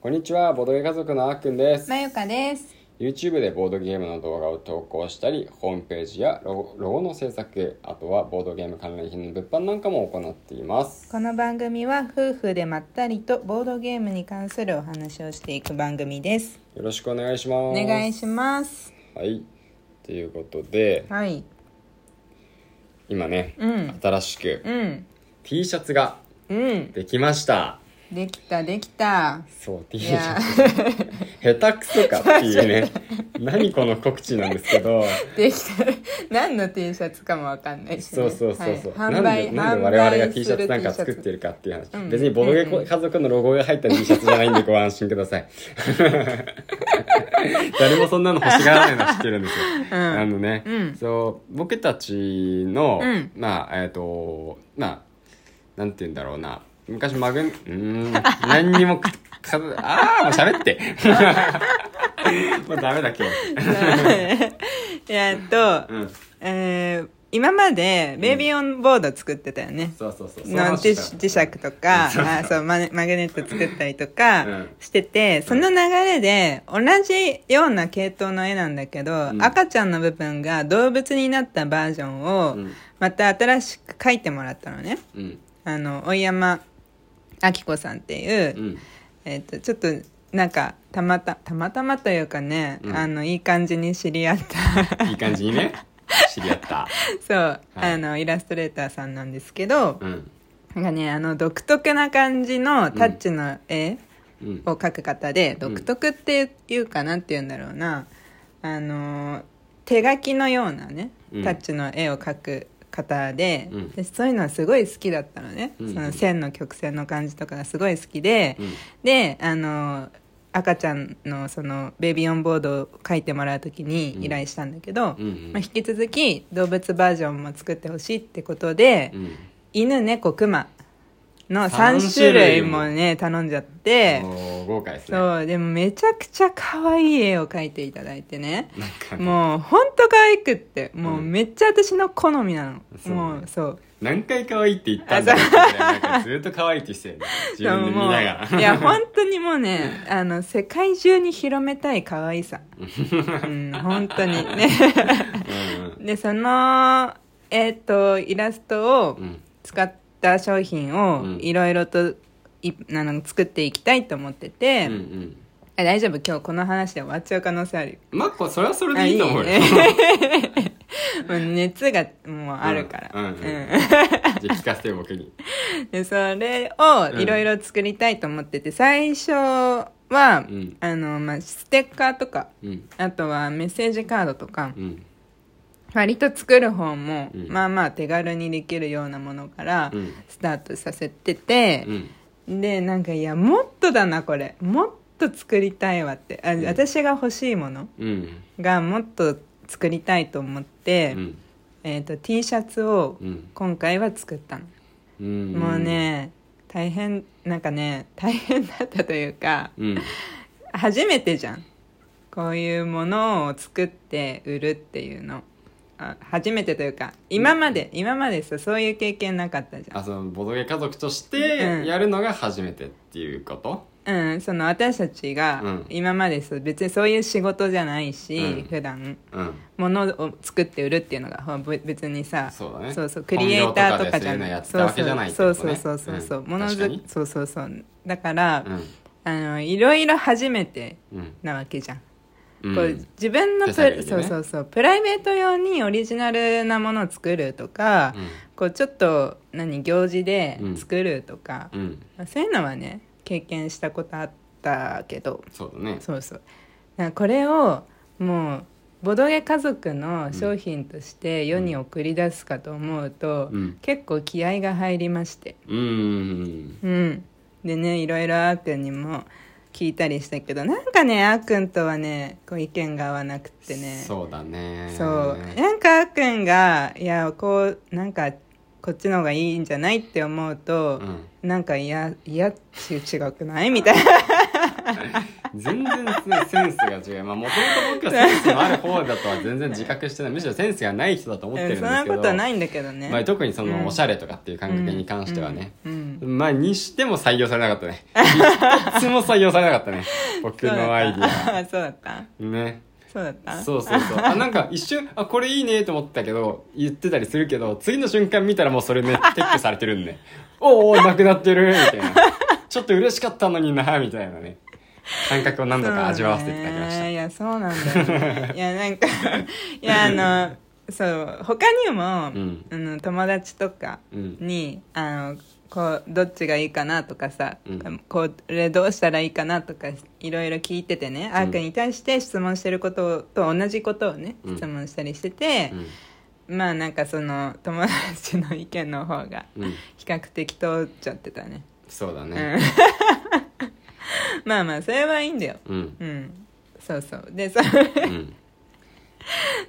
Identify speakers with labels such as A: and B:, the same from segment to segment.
A: こんにちは、ボードゲー家族のあっくんです。
B: まゆかです。
A: YouTube でボードゲームの動画を投稿したり、ホームページやロゴロゴの制作、あとはボードゲーム関連品の物販なんかも行っています。
B: この番組は夫婦でまったりとボードゲームに関するお話をしていく番組です。
A: よろしくお願いしま
B: お
A: す。
B: 願いします。
A: はい。ということで、
B: はい。
A: 今ね、
B: うん。
A: 新しく
B: うん。
A: T シャツが
B: うん。
A: できました。
B: できたできた。
A: そう、T
B: い
A: シ
B: や
A: ャ、ツ。下手くそかっていうね。何この告知なんですけど、
B: できた。何の T シャツかもわかんないし、ね。
A: そうそうそうそう、
B: はい
A: なんで
B: 販売
A: なんで
B: 販売
A: 我々が T シャツなんか
B: する
A: 作
B: T
A: っ
B: シャツ
A: てるかっていう話、
B: ん
A: 別にボドゲ
B: うんうん
A: 家族のロゴが入った T シャツじゃないんでご安心ください 誰もそんなの欲しがらないのは知ってるんですよ、あのね、
B: うん
A: そう僕たちの、
B: うん
A: まあえっ、とまあなんて言うんだろうな昔マグうー ん何にもかかああもう喋って もうダメだ今日
B: えーっと、
A: うん
B: えー今までベイビーオンボード作ってたよね。
A: そうそうそうその
B: の
A: 話
B: 磁
A: した
B: 磁石とかあそうマネマグネット作ったりと
A: う
B: か
A: ん
B: してて、その流れで同じような系統の絵なんだけど、
A: ん
B: 赤ちゃんの部分が動物になったバージョンを
A: うん
B: また新しく描いてもらったのね
A: うん
B: あの追山明子さんっていう、
A: うん
B: えっとちょっとなんかたまたたまたまというかね、
A: うん
B: あのいい感じに知り合った
A: いい感じにね知り合った
B: そう、
A: はい
B: あのイラストレーターさんなんですけど、
A: うん
B: なんかね、あの、独特な感じのタッチの絵
A: うん
B: を描く方で、
A: ん
B: 独特っていうかなんて言うんだろうな、あのー、手書きのようなね、
A: うん
B: タッチの絵を描く方で、
A: うん
B: でそういうのはすごい好きだったのね。
A: うん
B: その線の曲線の感じとかがすごい好きで、
A: うん
B: で、あのー、赤ちゃんのそのベビーオンボードを描いてもらう時に依頼したんだけど、
A: うんうん
B: まあ、引き続き動物バージョンも作ってほしいってことで、
A: うん
B: 犬猫熊の
A: 三
B: 3種類もね頼んじゃって
A: もう豪華ですね
B: そうでもめちゃくちゃ可愛い絵を描いていただいてね
A: なんかね
B: もうほんと可愛くってもううんめっちゃ私の好みなの、
A: そうね
B: もうそう
A: 何回可愛いって言ったんだろうってぐらいなんかずっと可愛いってしてるね自分で見なが
B: でももう
A: ら
B: いや本当にもうねあの世界中に広めたい可愛 さうん本当にね
A: うん
B: でそのえっ、とイラストを、
A: うんうん
B: 使った商品
A: う
B: を
A: ん
B: いろいろといあの作っていきたいと思ってて、
A: うんうん
B: あ大丈夫今日この話で終わっちゃう可能性あるよ
A: まっこそれはそれでいいと思うよ
B: あいい もう熱がもうあるから、
A: うんうんうんじゃあ聞かせてよ僕に
B: でそれをいろいろ作りたいと思ってて最初は、
A: ん
B: あのまあ、ステッカーとか
A: うん
B: あとはメッセージカードとか、
A: うん
B: 割と作る方も、
A: うん
B: まあまあ手軽にできるようなものから
A: うん
B: スタートさせてて、
A: うん
B: でなんかいやもっとだなこれもっと作りたいわってあ、私が欲しいもの
A: うん
B: がもっと作りたいと思って、
A: うん
B: えー、と T シャツを
A: うん
B: 今回は作ったの、
A: うん
B: もうね大変なんかね大変だったというか
A: うん
B: 初めてじゃんこういうものを作って売るっていうのあ初めてというか今まで、今までさそういう経験なかったじゃん
A: あそのボドゲ家族とし
B: うん
A: てやるのが初めてっていうこと
B: うん、その私たち
A: う
B: が
A: ん
B: 今までそう別にそういう仕事じゃないし、
A: うん
B: 普段
A: うん
B: 物を作って売るっていうのがほぶ別にさ
A: そうだね
B: そうそうクリエイターとかじ
A: 本業とかでそういう
B: ゃ
A: のや
B: な
A: っ
B: い
A: てたわけじゃないって
B: そ
A: こと
B: う
A: ね
B: そうそうそうそう
A: うん
B: ものづ
A: 確かに
B: そうそうそうだから、
A: うん
B: あのいろいろ初めて
A: うん
B: なわけじゃん、
A: うん
B: こう自分の
A: 手
B: プ、
A: 探りでね
B: そうそうそうプライベート用にオリジナルなものを作るとか、こうちょっと何行事で作るとか、
A: うんうん
B: まあそういうのはね経験したことあったけど
A: そうだね
B: そうそうなんかこれをもうボドゲ家族の商品として世に送り出すかと思うと、
A: うん
B: 結構気合が入りまして
A: うん
B: うんでねいろいろあーくんにも聞いたりしたけどなんかねあーくんとはねこう意見が合わなくってね
A: そうだね
B: そうなんかあーくんがいやこうなんかこっちの方がいいんじゃないって思うと、
A: うん
B: なんかいやいやち違くないみたいな
A: 全然センスが違うまあもともと僕はセンスのある方だとは全然自覚 してないむしろセンスがない人だと思ってるんですけど
B: うんそんなことはないんだけどね、
A: まあ、特にその
B: うん
A: おしゃれとかっていう感覚に関してはね、
B: うんうんうん
A: まあにしても採用されなかった ね一つも採用されなかったね僕
B: そうだった
A: のアイディ
B: そうだった
A: アね
B: そうだった
A: そうそうそうあなんか一瞬あこれいいねと思ったけど言ってたりするけど次の瞬間見たらもうそれね撤去されてるんで おーおーなくなってるみたいなちょっと嬉しかったのになみたいなね感覚を何度か味わわせていただきまし
B: そう
A: た、
B: ねいやそうなんだよねいやなんかいやあのそう他にも、
A: うん
B: あの友達とか
A: うん
B: に、あのこうどっちがいいかなとかさ、
A: うん
B: これどうしたらいいかなとかいろいろ聞いててね、あーくんに対して質問してることと同じことをね
A: うん
B: 質問したりしてて
A: う、ん
B: まあなんかその友達の意見の方が
A: うん
B: 比較的通っちゃってたね、
A: そうだ
B: う
A: ね
B: ん、 まあまあそれはいいんだよ
A: うん
B: うんそうそうでそ
A: うん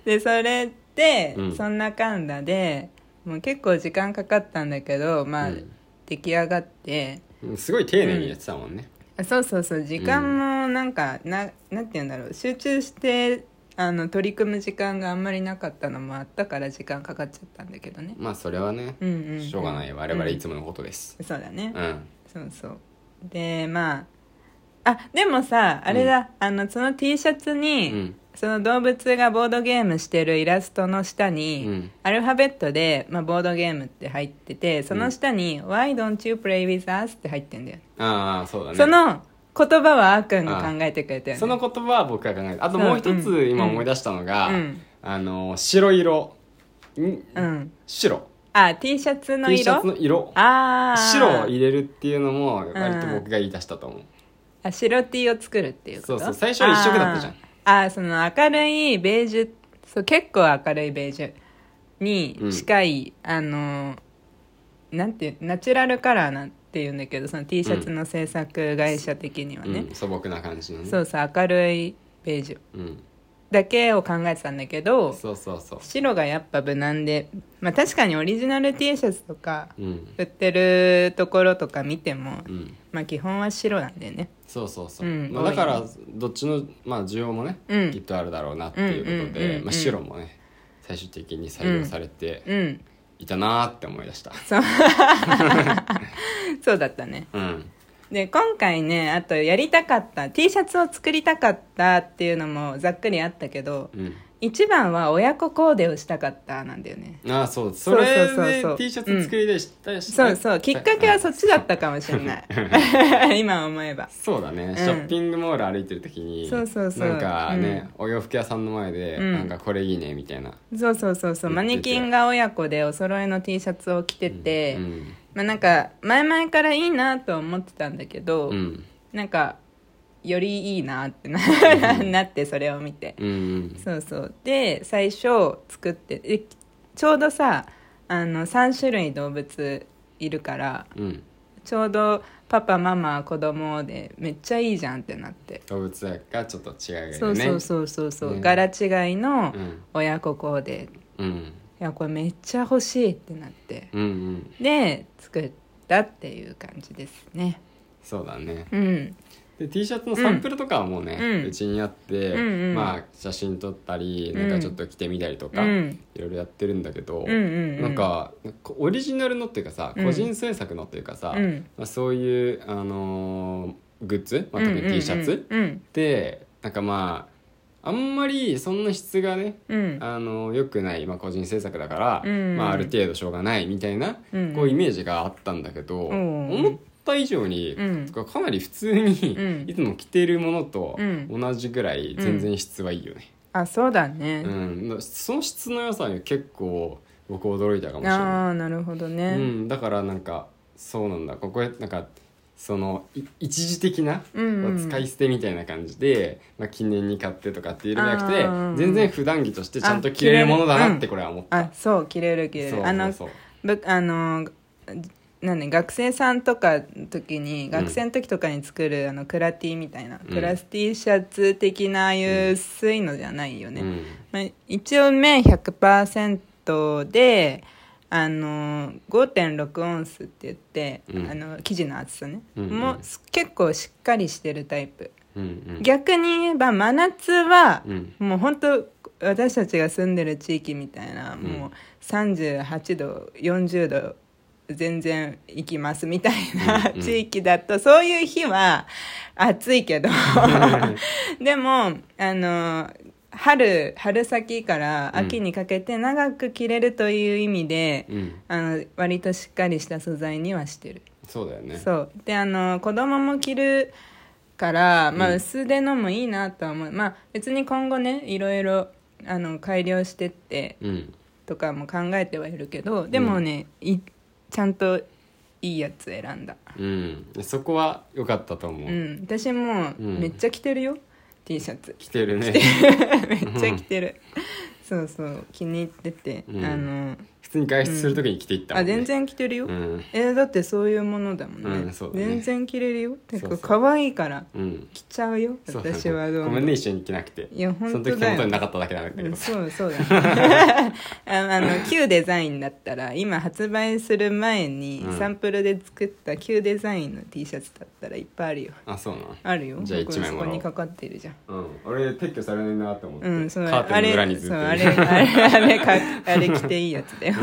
B: でそれで、
A: うん
B: そんなかんだでもう結構時間かかったんだけどまあ、
A: うん
B: 出来上がって
A: うんすごい丁寧にやってたもんね、
B: あそうそうそう時間もなんか、ななんて言うんだろう集中してあの取り組む時間があんまりなかったのもあったから時間かかっちゃったんだけどね
A: まあそれはね、
B: うんうん、うん、
A: しょうがない我々いつ
B: も、
A: ものことです
B: そうだね、
A: うん
B: そうそうでまああでもさあれだ、あのその T シャツ
A: う
B: に、
A: ん
B: その動物がボードゲームしてるイラストの下に、
A: うん
B: アルファベットで、まあ、ボードゲームって入っててその下に「Why don't you play with us?」って入ってんだよ、
A: ああそうだね
B: その言葉はあーくんが考えてくれたよね
A: その言葉は僕が考えたあともう一
B: うんう
A: つ
B: ん
A: 今思い出したのが、
B: うん
A: あの白色ん
B: うん
A: 白
B: あ T シャツの
A: T シャ
B: 色
A: ツの色
B: ああ
A: 白を入れるっていうのも割と僕が言い出したと思う、
B: あ白 T を作るっていうこと
A: そうそう最初は一色だったじゃん
B: あーあーその明るいベージュそう結構明るいベージュに近い、あのーなんてナチュラルカラーなんて言うんだけどその T シャツの制作会社的にはね、
A: うん、素朴な感じのね
B: そうそう明るいベージュ
A: うん、
B: だけを考えてたんだけど
A: そうそうそう
B: 白がやっぱ無難でまあ確かにオリジナル T シャツとか
A: うん
B: 売ってるところとか見ても、
A: うん
B: まあ基本は白なんだよね
A: そうそうそう、
B: うん
A: まあ、
B: 多い
A: だ
B: ね
A: からどっちの、まあ、需要もね、
B: うん
A: きっとあるだろうなっていうことで、
B: うんうんうんうん
A: まあ、白もね最終的に採用されて
B: うん
A: いたなーって思い出した
B: そうだったね
A: うん
B: で今回ねあとやりたかった T シャツを作りたかったっていうのもざっくりあったけど
A: うん
B: 一番は親子コーデをしたかったなんだよね
A: ああそうそ
B: そうそう
A: れ
B: そうそう
A: で T シャツ作りでしたりして
B: そうそうきっかけは
A: そ
B: そっちだったかもしれない 今思えば
A: そうだね、ショッピングモール歩いてる時に
B: そうそうそう
A: なんかね、お洋服屋さんの前で、
B: うん
A: なんかこれいいねみたいな
B: そうそうそうそうマネキンが親子でお揃いの T シャツを着てて、
A: うん
B: まあなんか前々からいいなと思ってたんだけど、
A: うん
B: なんかよりいいなってな なってそれを見て
A: うんうん
B: そうそうで最初作ってえちょうどさあの3種類動物いるから
A: うん
B: ちょうどパパママ子供でめっちゃいいじゃんってなって、
A: 動物園がちょっと違うよね
B: そうそうそうそうそう、
A: ね
B: 柄違いの
A: うん
B: 親子コーデ
A: う
B: い
A: ん
B: やこれめっちゃ欲しいってなって
A: うんうん
B: で作ったっていう感じですね
A: そうだね
B: うん
A: で T シャツのサンプルとかはもうね
B: うん
A: うち、にあって、
B: うんうん
A: まあ写真撮ったり
B: う
A: なんんかちょっと着てみたりと
B: う
A: か、
B: ん
A: いろいろやってるんだけど、
B: うんうんうん
A: なんかこオリジナルのっていうかさ、
B: うん
A: 個人制作のっていうかさ、
B: うん
A: まあ、そういう、あのーグッズ、まあ、特
B: うんうんう
A: に
B: ん
A: T シャツ、
B: うん
A: でなんかまああんまりそんな質がね、
B: うん
A: あのー良くない、まあ、個人制作だから、
B: うん
A: まあ、ある程度しょうがないみたいな、
B: うん
A: こうイメージがあったんだけど、
B: うん
A: 思った以上に、
B: うん
A: かなり普通に、
B: うん
A: いつも着ているものと
B: うん
A: 同じぐらい全然質はいいよね。
B: あそうだね、
A: うん、その質の良さに結構僕驚いたかもしれな
B: ああなるほど
A: い、
B: ね、
A: うん、だからなんかそうなんだここへなんかそのい一時的な、
B: うんうん
A: 使い捨てみたいな感じで、まあ、記念に買ってとかっていうのじゃなくて、
B: あー
A: 全然普段着としてちゃんと着れるものだなってこれは思った、
B: あそう着れる着れ
A: そう
B: るあの
A: そうそう
B: ぶあのなんね学生さんとかの時に学生の時とかに作る、あのクラティみたいな、
A: うん
B: クラス T シャツ的なああいう薄いのじゃないよね、
A: うん
B: まあ、一応綿100%であの5.6オンスって言って、
A: うん
B: あの生地の厚さね、
A: うんうん
B: もうす結構しっかりしてるタイプ
A: うんうん
B: 逆に言えば真夏は、
A: うん
B: もう本当私たちが住んでる地域みたいな、
A: ん
B: もう38度40度全然行きますみたいな
A: うんうん
B: 地域だと、そういう日は暑 いけどでもあの春春先から秋にかけて長く着れるという意味で、
A: うん
B: あの割としっかりした素材にはしてる。
A: そうだよね
B: そうであの子供も着るから、まあ、
A: うん
B: 薄手のもいいなとは思う、まあ別に今後ねいろいろあの改良してって
A: うん
B: とかも考えてはいるけどでもね、いちゃんといいやつ選んだ
A: うんそこは良かったと思
B: う
A: うん
B: 私もう
A: うん
B: めっちゃ着てるよ、T シ ャツ
A: 着てるね
B: めっちゃ着てる、そうそう気に入ってて、
A: うん
B: あの
A: 普通に外出する時に着ていったも
B: あ
A: んね
B: 全然着てるよ、
A: うん
B: えーだってそういうものだもんね,、
A: うんそうだね
B: 全然着れるよて
A: そ
B: か
A: うそう
B: 可愛いから
A: うん
B: 着ちゃうよ
A: そうだね
B: 私はどう
A: ご
B: も
A: めんね一緒に着なくて
B: いや本当
A: その時
B: だ
A: 手
B: よ
A: 元になかっただけなんだけ
B: う
A: ど
B: ん、
A: さ
B: そうそ うだ、ね、ああの旧デザインだったら今発売する前に
A: うん
B: サンプルで作った旧デザインの T シャツだったらいっぱいあるよ
A: あそうなの
B: あるよ
A: じゃあ
B: 僕
A: 一枚
B: そ
A: も
B: こ
A: らおう
B: にかかってるじゃん
A: うん俺撤去されないなと思って、
B: うん、そう
A: カーテンの裏にずっ
B: そう
A: と
B: あれあれあれか あれ着ていいや つだよ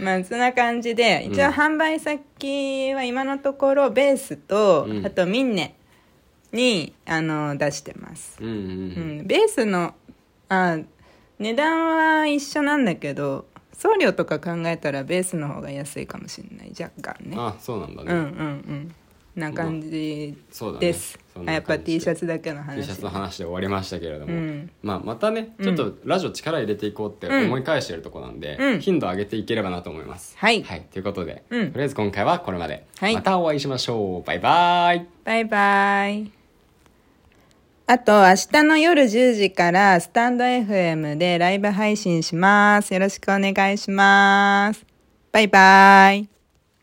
B: まあそんな感じで一応
A: うん
B: 販売先は今のところベースと、
A: うん
B: あとミンネにあの出してます
A: うんうん
B: う
A: うん
B: ん、ベースのあ値段は一緒なんだけど送料とか考えたらベースの方が安いかもしれない若干ね
A: あそうなんだ
B: う
A: ね、
B: んうんうんな感じ
A: そうだね
B: です、
A: そん
B: あ
A: な
B: やっぱ
A: 感じ
B: T
A: で
B: シャツだけの話
A: T シャツの話で終わりましたけれども、
B: うん
A: まあ、またねちょっとラジオ力入れていこうって思い返してるとこなんで、
B: うん
A: 頻度上げていければなと思います、
B: はい
A: ということで、
B: うん
A: とりあえず今回はこれまで、
B: はい
A: またお会いしましょうバイバイ
B: バイバイ。あと、明日の夜10時から、スタンド FM でライブ配信します。よろしくお願いします。バイバイ。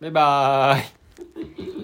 A: バイバイ